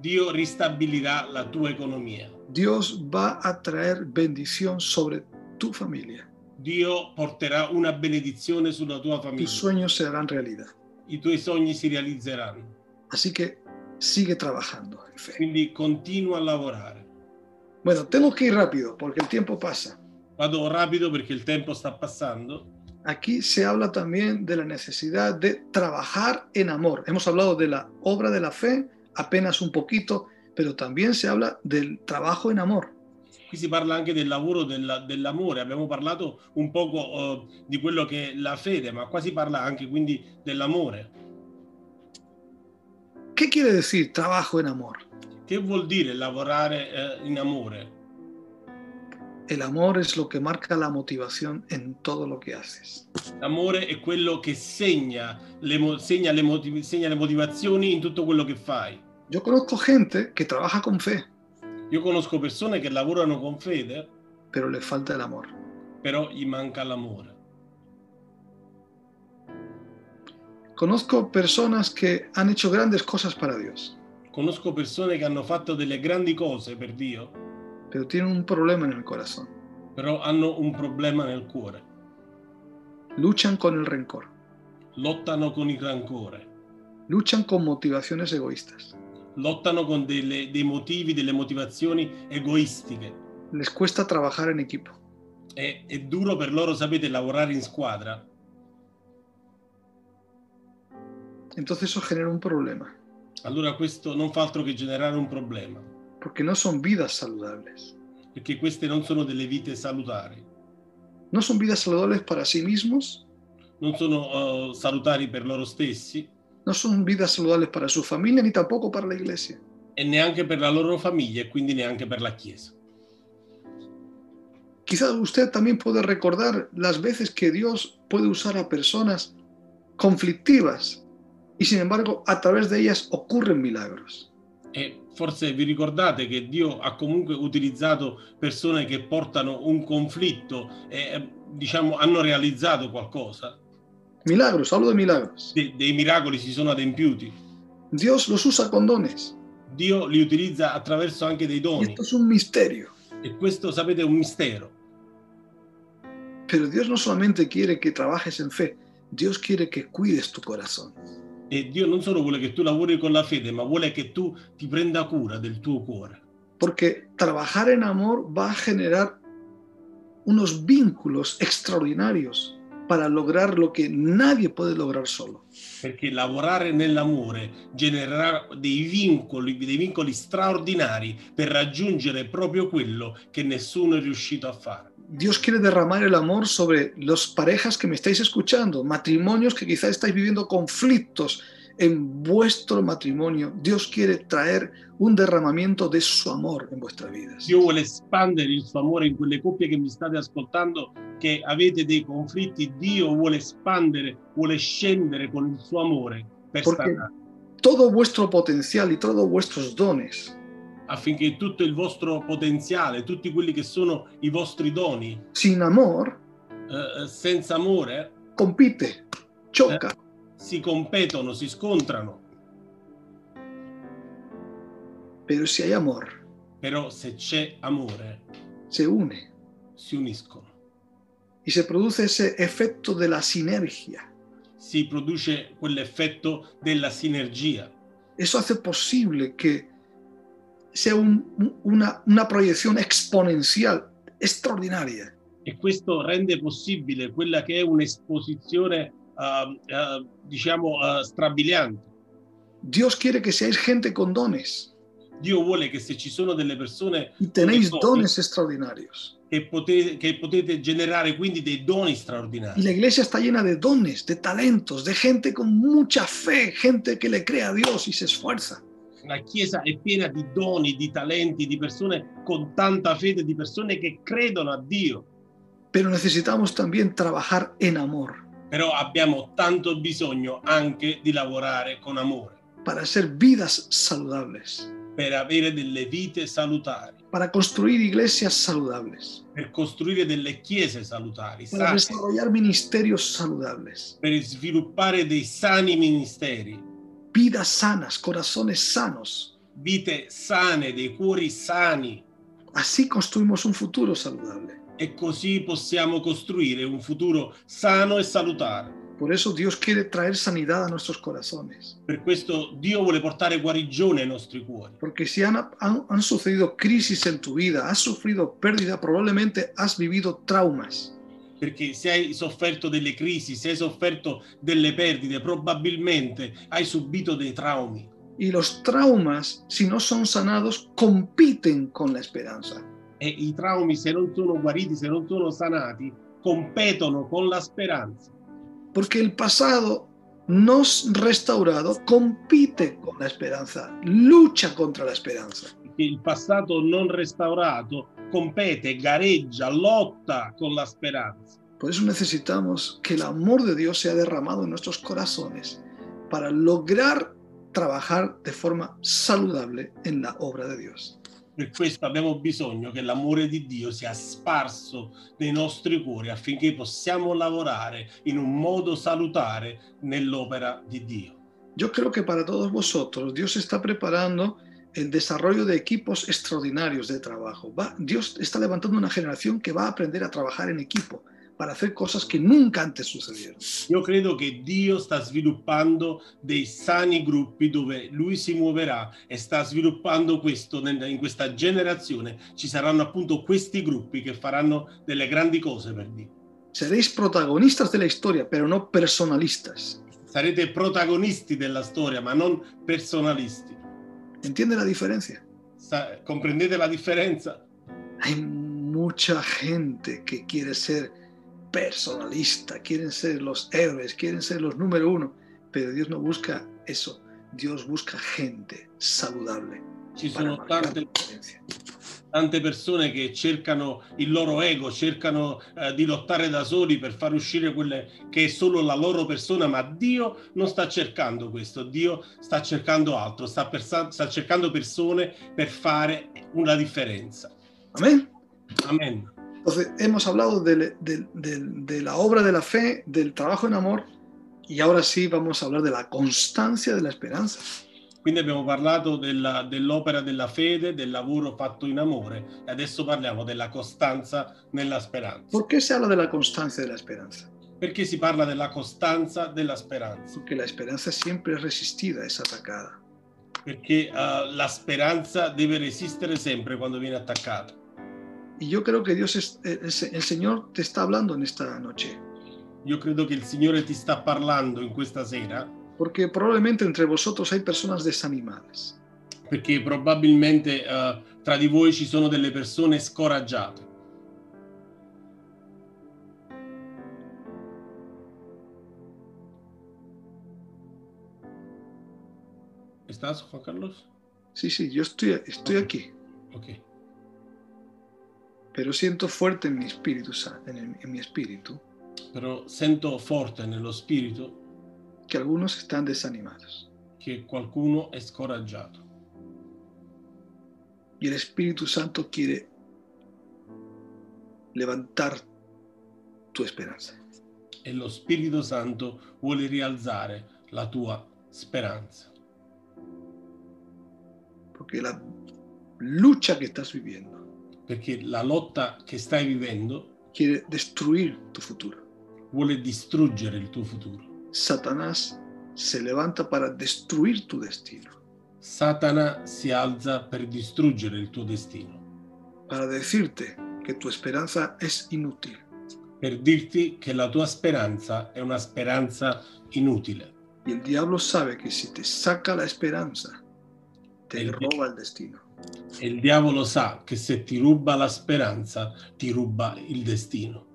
A: Dio ristabilirà la tua economia.
B: Dios va a traer bendición sobre tu familia.
A: Dio porterà una benedizione sulla tua
B: Tus
A: famiglia.
B: sueños se harán realidad.
A: I tuoi sogni si realizzeranno.
B: Así que sigue trabajando en fe.
A: Quindi continua a lavorare.
B: Bueno, tengo que ir rápido porque el tiempo pasa.
A: Vado rapido perché il tempo sta passando.
B: Aquí se habla también de la necesidad de trabajar en amor. Hemos hablado de la obra de la fe, apenas un poquito, pero también se habla del trabajo en amor.
A: Qui si parla anche del lavoro della- dell'amore, abbiamo parlato un poco eh, di quello che è la fede, ma qua si parla anche quindi dell'amore.
B: ¿Qué quiere decir trabajo en amor?
A: Che vuol dire lavorare eh, in amore?
B: El amor es lo que marca la motivación en todo lo que haces.
A: L'amore è quello che segna le, mo- segna le motiv- segna le motivazioni in tutto quello che fai.
B: Yo conozco gente que trabaja con fe,
A: Io conosco persone che lavorano con fede,
B: pero le falta el amor.
A: però gli manca l'amore.
B: Conozco personas que han hecho grandes cosas para Dios,
A: Conosco persone che hanno fatto delle grandi cose per Dio,
B: pero tienen un problema en el corazón.
A: però hanno un problema nel cuore.
B: Luchan con el rencor,
A: Lottano con il rancore,
B: luchan con motivaciones egoístas.
A: lottano con delle- dei motivi, delle motivazioni egoistiche.
B: Les cuesta trabajar en equipo.
A: È, è duro per loro, sapete, lavorare in squadra.
B: Entonces eso genera un problema,
A: Allora questo non fa altro che generare un problema,
B: porque no son vidas saludables.
A: perché queste non sono delle vite salutari,
B: No son vidas saludables para sí mismos,
A: non sono eh, salutari per loro stessi
B: no son vidas saludables para su familia ni tampoco para la iglesia.
A: e neanche per la loro famiglia e quindi neanche per la Chiesa.
B: Quizás usted también puede recordar las veces que Dios puede usar a personas conflictivas y sin embargo a través de ellas ocurren milagros.
A: E forse vi ricordate che Dio ha comunque utilizzato persone che portano un conflitto e eh, diciamo hanno realizzato qualcosa,
B: Milagros, hablo de milagros.
A: De- dei miracoli si sono adempiuti.
B: Dios los usa con dones.
A: Dio li utilizza attraverso anche dei
B: Y
A: doni
B: esto es un misterio.
A: e questo sapete è un mistero.
B: Pero Dios no solamente quiere que trabajes en fe, Dios quiere que cuides tu corazón.
A: E Dio non solo vuole che tu lavori con la fede, ma vuole che tu ti prenda cura del tuo cuore.
B: Porque trabajar en amor va a generar unos vínculos extraordinarios para lograr lo que nadie puede lograr solo.
A: Perché lavorare nell'amore genererà dei vincoli, dei vincoli straordinari per raggiungere proprio quello che nessuno è riuscito a fare.
B: Dios quiere derramar el amor sobre las parejas que me estáis escuchando, matrimonios que quizás estáis viviendo conflictos en vuestro matrimonio. Dios quiere traer un derramamiento de su amor en vuestras vidas.
A: Dio vuole espandere il suo amore in quelle coppie che mi state ascoltando, che avete dei conflitti. Dio vuole espandere, vuole scendere con il suo amore per
B: Perché-
A: sanare,
B: Todo vuestro potencial y todos vuestros dones
A: affinché tutto il vostro potenziale, tutti quelli che sono i vostri doni,
B: sin amor
A: eh, senza amore,
B: compite, choca.
A: si competono, si scontrano,
B: Pero si hay amor,
A: però se c'è amore
B: se une
A: si uniscono,
B: y se produce ese efecto de la sinergia.
A: si produce quell'effetto della sinergia.
B: Eso hace posible que sea un- un- una, una proyección exponencial, extraordinaria.
A: E questo rende possibile quella che è un'esposizione, eh, eh, diciamo, eh, strabiliante.
B: Dios quiere que seáis gente con dones
A: Dio vuole che se ci sono delle persone
B: y tenéis
A: Con dones.
B: dones extraordinarios.
A: che potete, che potete generare quindi dei doni
B: Y
A: straordinari.
B: la iglesia está llena de dones, de talentos, de gente con mucha fe, gente que le cree a Dios y se esfuerza.
A: La Chiesa è piena di doni, di talenti, di persone con tanta fede, di persone che credono a Dio.
B: Pero necesitamos también trabajar en amor
A: però abbiamo tanto bisogno anche di lavorare con amore
B: para ser vidas saludables,
A: per avere delle vite salutari,
B: para construir iglesias saludables,
A: per costruire delle chiese salutari,
B: para
A: sane,
B: desarrollar ministerios saludables,
A: per sviluppare dei sani ministeri,
B: vidas sanas, corazones sanos.
A: vite sane, dei cuori sani
B: Así construimos un futuro saludable.
A: e così possiamo costruire un futuro sano e salutare.
B: Por eso Dios quiere traer sanidad a nuestros corazones,
A: Per questo Dio vuole portare guarigione ai nostri cuori,
B: porque si han, han- han sucedido crisis en tu vida, has sufrido pérdida, probablemente has vivido traumas.
A: perché se hai sofferto delle crisi, se hai sofferto delle perdite, probabilmente hai subito dei traumi.
B: y los traumas, si no son sanados, compiten con la esperanza.
A: E i traumi, se non sono guariti, se non sono sanati, competono con la speranza.
B: Porque el pasado no restaurado compite con la esperanza, lucha contra la esperanza.
A: Perché il passato non restaurato compete, gareggia, lotta con la speranza.
B: Por eso necesitamos que el amor de Dios sea derramado en nuestros corazones para lograr trabajar de forma saludable en la obra de Dios.
A: Per questo abbiamo bisogno che l'amore di Dio sia sparso nei nostri cuori affinché possiamo lavorare in un modo salutare nell'opera di Dio.
B: Yo creo que para todos vosotros Dios está preparando el desarrollo de equipos extraordinarios de trabajo. Va- Dios está levantando una generación que va a aprender a trabajar en equipo para hacer cosas que nunca antes sucedieron.
A: Io credo che Dio sta sviluppando dei sani gruppi dove Lui si muoverà e sta sviluppando questo nel- in questa generazione. Ci saranno appunto questi gruppi che faranno delle grandi cose per Dio.
B: Seréis protagonistas de la historia, pero no personalistas.
A: Sarete protagonisti della storia, ma non personalisti.
B: ¿Entiende la diferencia?
A: Sa- comprendete la differenza?
B: Hay mucha gente que quiere ser personalista, quieren ser los héroes, quieren ser los número uno, pero Dios no busca eso. Dios busca gente saludable.
A: Ci
B: para
A: sono
B: marcar
A: tante,
B: diferencia.
A: tante persone che cercano il loro ego, cercano eh, di lottare da soli per far uscire quelle che è solo la loro persona, ma Dio non sta cercando questo, Dio sta cercando altro, sta, persa- sta cercando persone per fare una differenza.
B: Amén.
A: Amen.
B: Entonces, hemos hablado del- del- del- de la obra de la fe, del trabajo en amor, y ahora sí vamos a hablar de la constancia de la esperanza.
A: Quindi abbiamo parlato della- dell'opera della fede, del lavoro fatto in amore e adesso parliamo della costanza nella speranza.
B: ¿Por qué se habla de la constancia de la esperanza?
A: Perché si parla della costanza della speranza?
B: Porque la esperanza siempre es resistida, es atacada.
A: Perché eh, la speranza deve resistere sempre quando viene attaccata.
B: Y yo creo que Dios es, eh, el, el- el Señor te está hablando en esta noche,
A: Io credo che il Signore ti sta parlando in questa sera,
B: porque probablemente entre vosotros hay personas desanimadas,
A: perché probabilmente eh, tra di voi ci sono delle persone scoraggiate. ¿Estás, Juan Carlos?
B: Sí, sí, yo estoy, estoy aquí,
A: Ok.
B: pero siento fuerte en mi espíritu, sa- en, el- en mi espíritu,
A: Però sento forte nello spirito
B: que algunos están desanimados.
A: che qualcuno è scoraggiato.
B: Y el Espíritu Santo quiere levantar tu esperanza.
A: e lo Spirito Santo vuole rialzare la tua speranza.
B: Porque la lucha que estás viviendo
A: Perché la lotta che stai vivendo
B: quiere destruir tu futuro.
A: vuole distruggere il tuo futuro.
B: Satanás se levanta para destruir tu destino.
A: Satana si alza per distruggere il tuo destino,
B: para decirte que tu esperanza es inútil,
A: per dirti che la tua speranza è una speranza inutile.
B: y el diablo sabe que si te saca la esperanza, te
A: El-
B: roba el destino.
A: E il diavolo sa che se ti ruba la speranza, ti ruba il destino.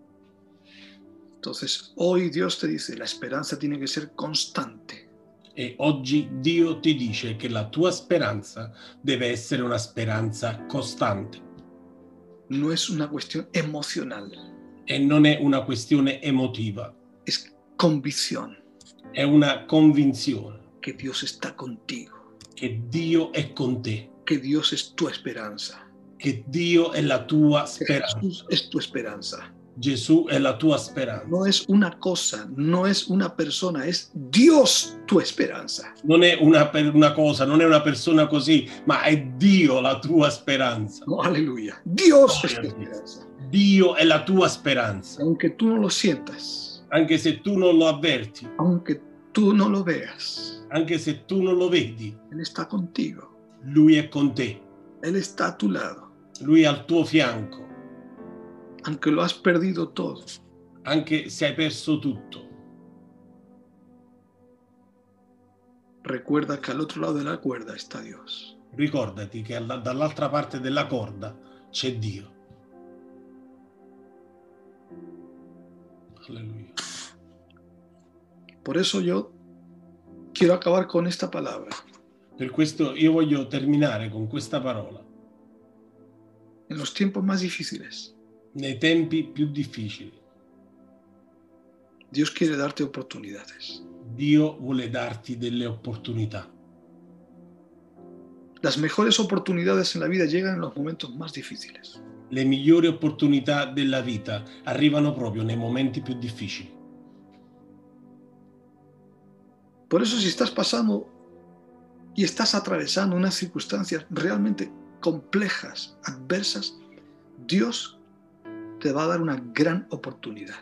B: Entonces, hoy Dios te dice, la esperanza tiene que ser constante,
A: E oggi Dio ti dice che la tua speranza deve essere una speranza costante.
B: no es una cuestión emocional,
A: e non è una questione emotiva,
B: es convicción
A: è una convinzione
B: que Dios está contigo,
A: che Dio è con te,
B: que Dios es tu esperanza,
A: che Dio è la tua
B: que
A: speranza,
B: Jesús es tu esperanza.
A: Gesù è la tua speranza.
B: No es una cosa, no es una persona, es Dios tu esperanza.
A: Non è una, per- una cosa, non è una persona così, ma è Dio la tua speranza.
B: No, aleluya. Dios es
A: Gloria a
B: tu
A: Dios.
B: esperanza.
A: Dio è la tua speranza,
B: aunque tú no lo sientas,
A: anche se tu non lo avverti,
B: aunque tú no lo veas,
A: anche se tu non lo vedi,
B: Él está contigo,
A: Lui è con te,
B: Él está a tu lado,
A: Lui è al tuo fianco,
B: aunque lo has perdido todo,
A: anche se hai perso tutto,
B: recuerda que al otro lado de la cuerda está Dios.
A: Ricordati che alla- dall'altra parte della corda c'è Dio. Alleluia.
B: Por eso yo quiero acabar con esta palabra.
A: Per questo io voglio terminare con questa parola.
B: En los tiempos más difíciles,
A: Nei tempi più difficili,
B: Dios quiere darte oportunidades.
A: Dio vuole darti delle opportunità.
B: Las mejores oportunidades en la vida llegan en los momentos más difíciles.
A: Le migliori opportunità della vita arrivano proprio nei momenti più difficili.
B: Por eso si estás pasando y estás atravesando unas circunstancias realmente complejas, adversas, Dios te va a dar una gran oportunidad.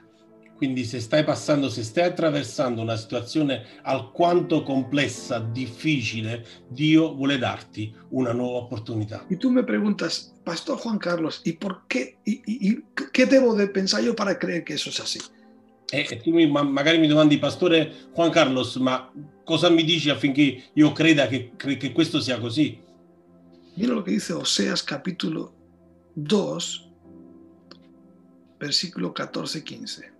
A: Quindi se stai passando, se stai attraversando una situazione alquanto complessa, difficile, Dio vuole darti una nuova opportunità.
B: Y tú me preguntas, Pastor Juan Carlos, ¿y por qué? ¿Y, y- y qué debo de pensar yo para creer que eso es así?
A: E, e tu mi- ma- magari mi domandi, pastore Juan Carlos, ma cosa mi dici affinché io creda che, cre- che questo sia così?
B: Mira lo que dice Oseas capítulo 2, versículo 14-15.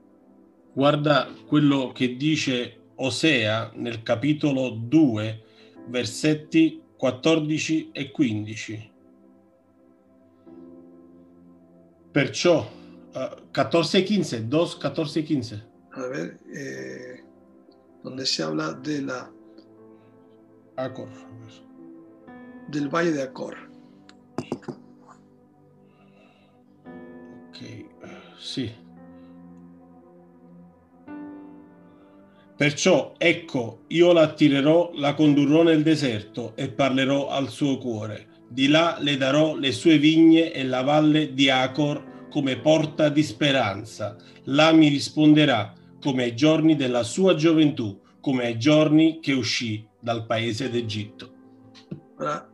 A: Guarda quello che dice Osea nel capitolo 2, versetti 14 e 15. Perciò, eh, 14 e 15, 2, 14 e 15.
B: A ver, eh, donde se habla de la,
A: Acor.
B: del valle de Acor.
A: Ok, eh, sì. Perciò, ecco, io la attirerò, la condurrò nel deserto e parlerò al suo cuore. Di là le darò le sue vigne e la valle di Acor come porta di speranza. Là mi risponderà come ai giorni della sua gioventù, come ai giorni che uscì dal paese d'Egitto.
B: Ahora,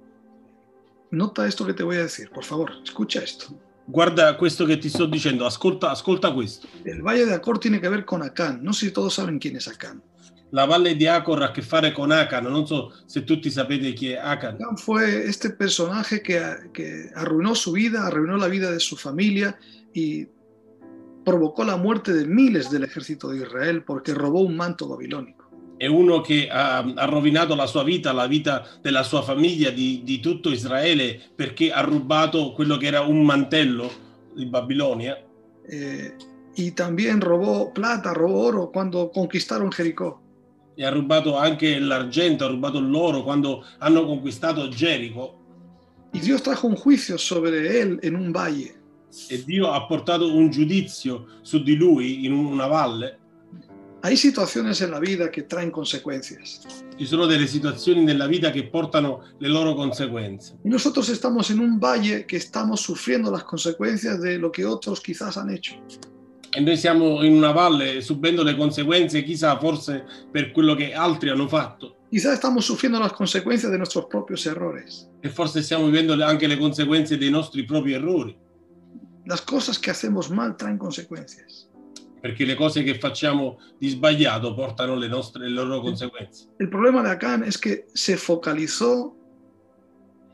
B: nota esto que te voy a decir, por favor, escucha esto.
A: Guarda questo che ti sto dicendo, ascolta, ascolta questo.
B: El valle de Acor tiene que ver con Acán. No sé si todos saben quién es Acán.
A: La valle di Acor ha a che fare con Akan, non so se tutti sapete chi è Akan.
B: Acán fue este personaje que, que arruinó su vida, arruinó la vida de su familia y provocó la muerte de miles del ejército de Israel porque robó un manto babilónico.
A: È uno che ha, ha rovinato la sua vita, la vita della sua famiglia, di, di tutto Israele, perché ha rubato quello che era un mantello di Babilonia
B: Eh, y también robó plata, robó oro cuando conquistaron Jericó.
A: e ha rubato anche l'argento, ha rubato l'oro quando hanno conquistato Gerico
B: Y Dios trajo un juicio sobre él en un valle.
A: e Dio ha portato un giudizio su di lui in una valle.
B: Hay situaciones en la vida que traen consecuencias.
A: Ci sono delle situazioni nella vita che portano le loro conseguenze.
B: Y nosotros estamos en un valle que estamos sufriendo las consecuencias de lo que otros quizás han hecho.
A: e noi siamo in una valle subendo le conseguenze, chissà, forse per quello che altri hanno fatto
B: Quizás estamos sufriendo las consecuencias de nuestros propios errores.
A: e forse stiamo vivendo le- anche le conseguenze dei nostri propri errori,
B: Las cosas que hacemos mal traen consecuencias.
A: perché le cose che facciamo di sbagliato portano le, nostre, le loro conseguenze.
B: El problema de Acán es que se focalizó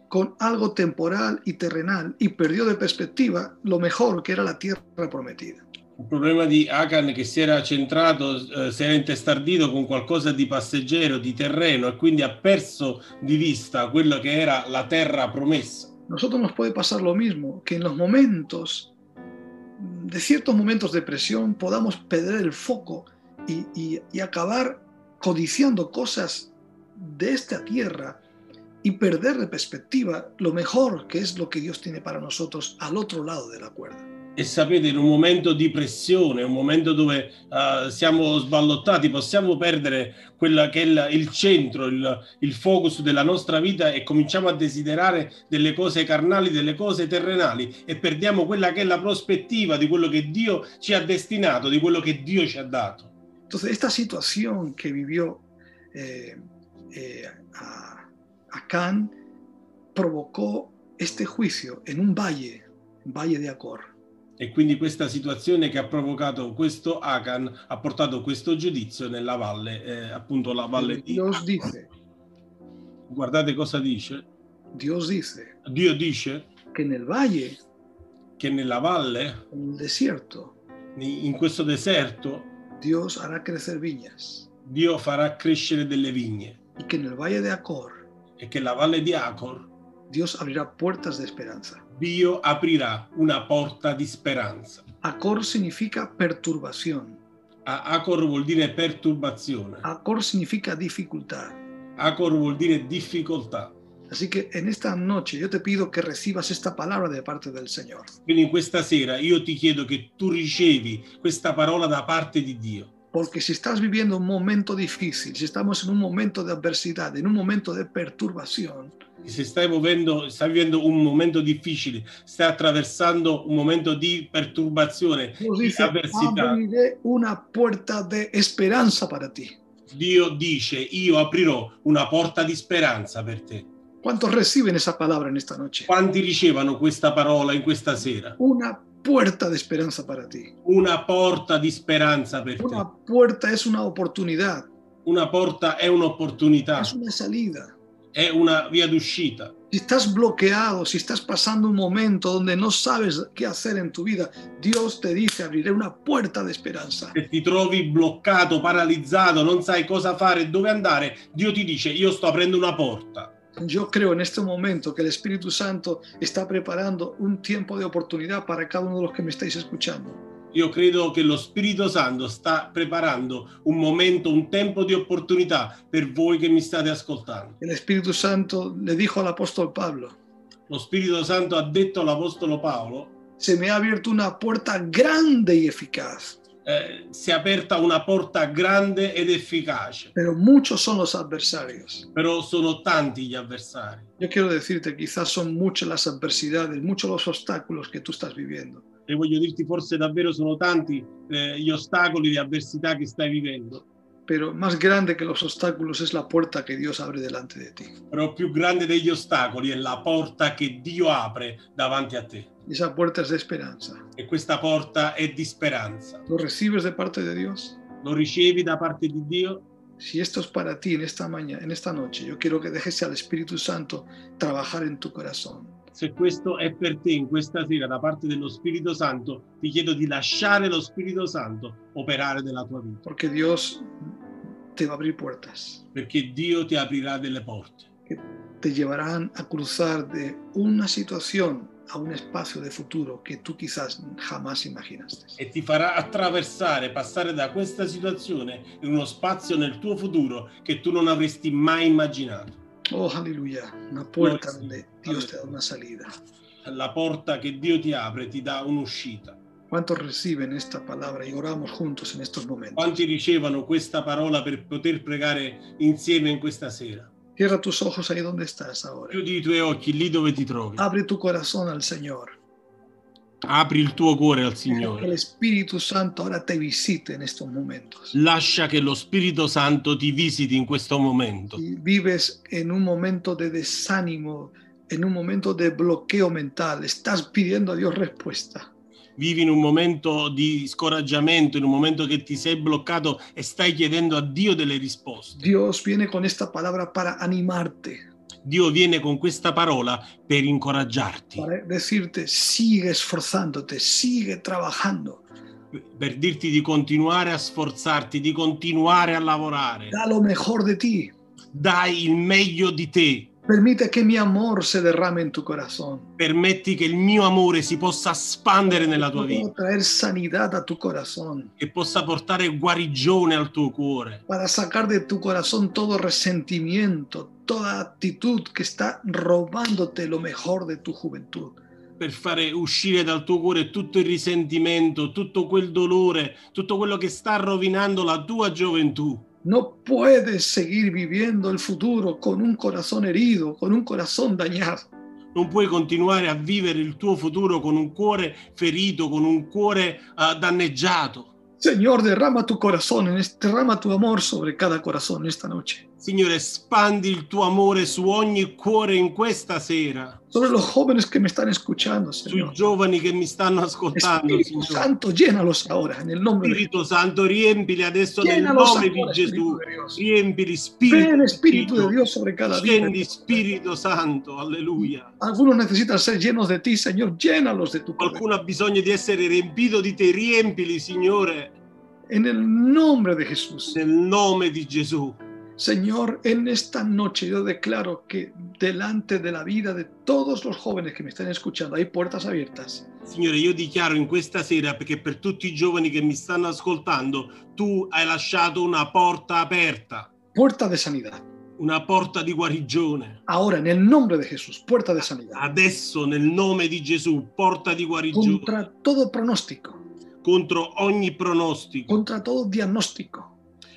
B: con algo temporal y terrenal y perdió de perspectiva lo mejor que era la tierra prometida.
A: Il problema di Akan che si era centrato, eh, si era intestardito con qualcosa di passeggero, di terreno e quindi ha perso di vista quello che era la terra promessa.
B: Nosotros nos puede pasar lo mismo, que en los momentos, de ciertos momentos de presión, podamos perder el foco y, y- y acabar codiciando cosas de esta tierra y perder de perspectiva lo mejor que es lo que Dios tiene para nosotros al otro lado de la cuerda.
A: E sapete, in un momento di pressione, un momento dove eh, siamo sballottati, possiamo perdere quella che è la- il centro, il, il focus della nostra vita e cominciamo a desiderare delle cose carnali, delle cose terrenali e perdiamo quella che è la prospettiva di quello che Dio ci ha destinato, di quello che Dio ci ha dato.
B: Entonces, esta situación que vivió eh, eh, a- Acán provocó este juicio en un valle, en Valle de Acor.
A: E quindi questa situazione che ha provocato questo Akan ha portato questo giudizio nella valle, eh, appunto la valle di
B: Dios dice,
A: guardate cosa dice,
B: Dios dice
A: Dio dice
B: que en el valle,
A: che nella valle,
B: en el desierto,
A: in questo deserto,
B: Dios hará crecer viñas
A: Dio farà crescere delle vigne
B: y que en el valle de Acor,
A: e che la valle di Acor
B: Dios abrirá puertas de esperanza.
A: Dio aprirà una porta di speranza.
B: Acor significa perturbación,
A: A- Acor vuol dire perturbazione,
B: Acor significa dificultad.
A: Acor vuol dire difficoltà.
B: Así que en esta noche yo te pido que recibas esta palabra de parte del Señor.
A: Quindi in questa sera io ti chiedo che tu ricevi questa parola da parte di Dio.
B: Porque si estás viviendo un momento difícil, si estamos en un momento de adversidad, en un momento de perturbación,
A: Se stai muovendo, stai vivendo un momento difficile, stai attraversando un momento di perturbazione,
B: Dios
A: di
B: dice,
A: avversità,
B: abriré una puerta de esperanza para ti.
A: Dio dice io aprirò una porta di speranza per te.
B: ¿Cuántos reciben esa palabra en esta noche?
A: Quanti ricevano questa parola in questa sera?
B: Una puerta de esperanza para ti.
A: Una porta di speranza per te.
B: Una puerta es una oportunidad,
A: Una porta è un'opportunità,
B: es una salida.
A: è una via d'uscita.
B: Si estás bloqueado, si estás pasando un momento donde no sabes qué hacer en tu vida, Dios te dice, abriré una puerta de esperanza.
A: se ti trovi bloccato, paralizzato, non sai cosa fare, dove andare, Dio ti dice io sto aprendo una porta.
B: Yo creo en este momento que el Espíritu Santo está preparando un tiempo de oportunidad para cada uno de los que me estáis escuchando.
A: Io credo che lo Spirito Santo sta preparando un momento, un tempo di opportunità per voi che mi state ascoltando.
B: El Espíritu Santo le dijo al apóstol Pablo,
A: Lo Spirito Santo ha detto all'Apostolo Paolo,
B: se me ha abierto una puerta grande y eficaz,
A: eh, si è aperta una porta grande ed efficace,
B: pero muchos son los adversarios.
A: però sono tanti gli avversari.
B: Yo quiero decirte, quizás son muchas las adversidades, muchos los obstáculos que tú estás viviendo.
A: E voglio dirti, forse davvero sono tanti eh, gli ostacoli, le avversità che stai vivendo.
B: pero más grande que los obstáculos es la puerta que Dios abre delante de ti.
A: però più grande degli ostacoli è la porta che Dio apre davanti a te.
B: Y esa puerta es de esperanza.
A: E questa porta è di speranza.
B: ¿Lo recibes de parte de Dios?
A: Lo ricevi da parte di Dio?
B: Si esto es para ti en esta mañana, en esta noche, yo quiero que dejes al Espíritu Santo trabajar en tu corazón.
A: Se questo è per te in questa sera da parte dello Spirito Santo, ti chiedo di lasciare lo Spirito Santo operare nella tua vita,
B: Porque Dios te va a abrir puertas
A: perché Dio ti aprirà delle porte
B: que te llevarán a cruzar de una situación a un espacio de futuro que tú quizás jamás imaginaste.
A: e ti farà attraversare, passare da questa situazione in uno spazio nel tuo futuro che tu non avresti mai immaginato.
B: Oh, aleluya, una
A: Gloria
B: puerta
A: al
B: donde
A: Señor.
B: Dios te da una salida.
A: La porta che Dio ti apre ti dà un'uscita.
B: ¿Cuántos reciben esta palabra y oramos juntos en estos momentos?
A: quanti ricevano questa parola per poter pregare insieme in questa sera.
B: Cierra tus ojos ahí donde estás ahora.
A: Chiudi i tuoi occhi lì dove ti trovi.
B: Abre tu corazón al Señor.
A: Apri il tuo cuore al
B: Deja Que el
A: Signore.
B: Espíritu Santo ahora te visite en estos momentos.
A: Lascia che lo Spirito Santo ti visiti in questo momento.
B: Si vives en un momento de desánimo, en un momento de bloqueo mental, estás pidiendo a Dios respuesta.
A: Vivi in un momento di scoraggiamento, in un momento che ti sei bloccato e stai chiedendo a Dio delle risposte.
B: Dios viene con esta palabra para animarte,
A: Dio viene con questa parola per incoraggiarti,
B: para decirte, sigue esforzándote, sigue trabajando,
A: per dirti di continuare a sforzarti, di continuare a lavorare.
B: da lo mejor de ti.
A: Dai il meglio di te.
B: Permite que mi amor se derrame en tu corazón.
A: permetti che il mio amore si possa spandere nella tua
B: Puedo
A: vita
B: traer sanidad a tu corazón,
A: e possa portare guarigione al tuo cuore
B: para sacar de tu corazón todo resentimiento, toda actitud que está robándote lo mejor de tu juventud.
A: per fare uscire dal tuo cuore tutto il risentimento, tutto quel dolore, tutto quello che sta rovinando la tua gioventù.
B: No puedes seguir viviendo el futuro con un corazón herido, con un corazón dañado.
A: Non puoi continuare a vivere il tuo futuro con un cuore ferito, con un cuore eh, danneggiato.
B: Señor, derrama tu corazón, en este- derrama tu amor sobre cada corazón esta noche.
A: Signore, spandi il tuo amore su ogni cuore in questa sera,
B: sobre los jóvenes que me están escuchando,
A: sui
B: Señor.
A: giovani che mi stanno ascoltando,
B: Espíritu
A: Signore.
B: Santo, llénalos ahora en el nombre de Jesús.
A: Spirito Santo, riempili adesso nel
B: Llénalos
A: nome
B: ahora,
A: di
B: Espíritu
A: Gesù.
B: de Dios.
A: Riempili
B: Ven
A: Spirito,
B: el Espíritu de
A: Santo.
B: Dios sobre cada vida.
A: Scendi Spirito Santo, alleluia.
B: Algunos necesitan ser llenos de ti, Señor. Llénalos de tu poder.
A: Qualcuno ha bisogno di essere riempito di te, riempili, Signore,
B: En el nombre de Jesús.
A: nel nome di Gesù.
B: Señor, en esta noche yo declaro que delante de la vida de todos los jóvenes que me están escuchando hay puertas abiertas.
A: Signore, io dichiaro in questa sera, perché per tutti i giovani che mi stanno ascoltando, tu hai lasciato una porta aperta,
B: Puerta de sanidad.
A: una porta di guarigione.
B: Ahora, en el nombre de Jesús, puerta de sanidad.
A: Adesso, nel nome di Gesù, porta di guarigione
B: Contra todo pronóstico,
A: contro ogni pronostico,
B: contra todo diagnóstico,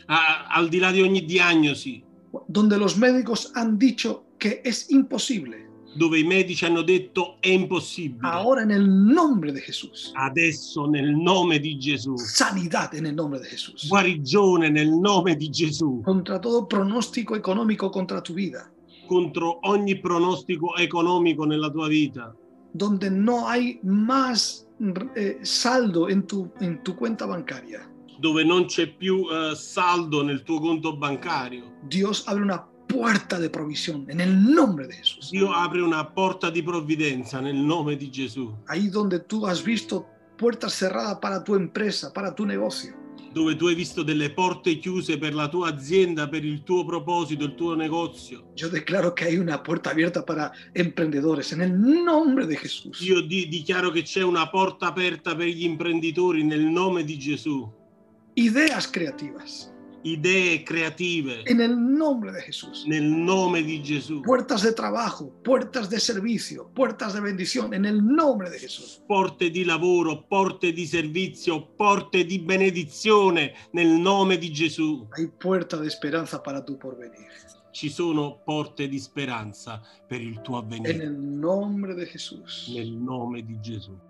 A: a- al di là di ogni diagnosi,
B: donde los médicos han dicho que es imposible.
A: dove i medici hanno detto è impossibile.
B: Ahora, en el nombre de Jesús.
A: Adesso, nel nome di Gesù,
B: Sanidad en el nombre de Jesús.
A: guarigione nel nome di Gesù
B: Contra todo pronóstico económico contra tu vida,
A: contro ogni pronostico economico nella tua vita.
B: donde no hay más eh, saldo en tu, en tu cuenta bancaria.
A: dove non c'è più eh, saldo nel tuo conto bancario.
B: Dios abre una puerta de provisión en el nombre de Jesús.
A: Dio apre una porta di provvidenza nel nome di Gesù,
B: Ahí donde tú has visto puertas cerradas para tu empresa, para tu negocio.
A: dove tu hai visto delle porte chiuse per la tua azienda, per il tuo proposito, il tuo negozio.
B: Yo declaro que hay una puerta abierta para emprendedores en el nombre de Jesús.
A: Io di- dichiaro che c'è una porta aperta per gli imprenditori nel nome di Gesù.
B: Ideas creativas
A: Idee creative
B: en el nombre de Jesús.
A: nel nome di Gesù.
B: Puertas de trabajo, puertas de servicio, puertas de bendición en el nombre de Jesús.
A: Porte di lavoro, porte di servizio, porte di benedizione nel nome di Gesù.
B: Hay puerta de esperanza para tu porvenir
A: ci sono porte di speranza per il tuo
B: en
A: avvenire
B: el nombre de Jesús.
A: nel nome di Gesù.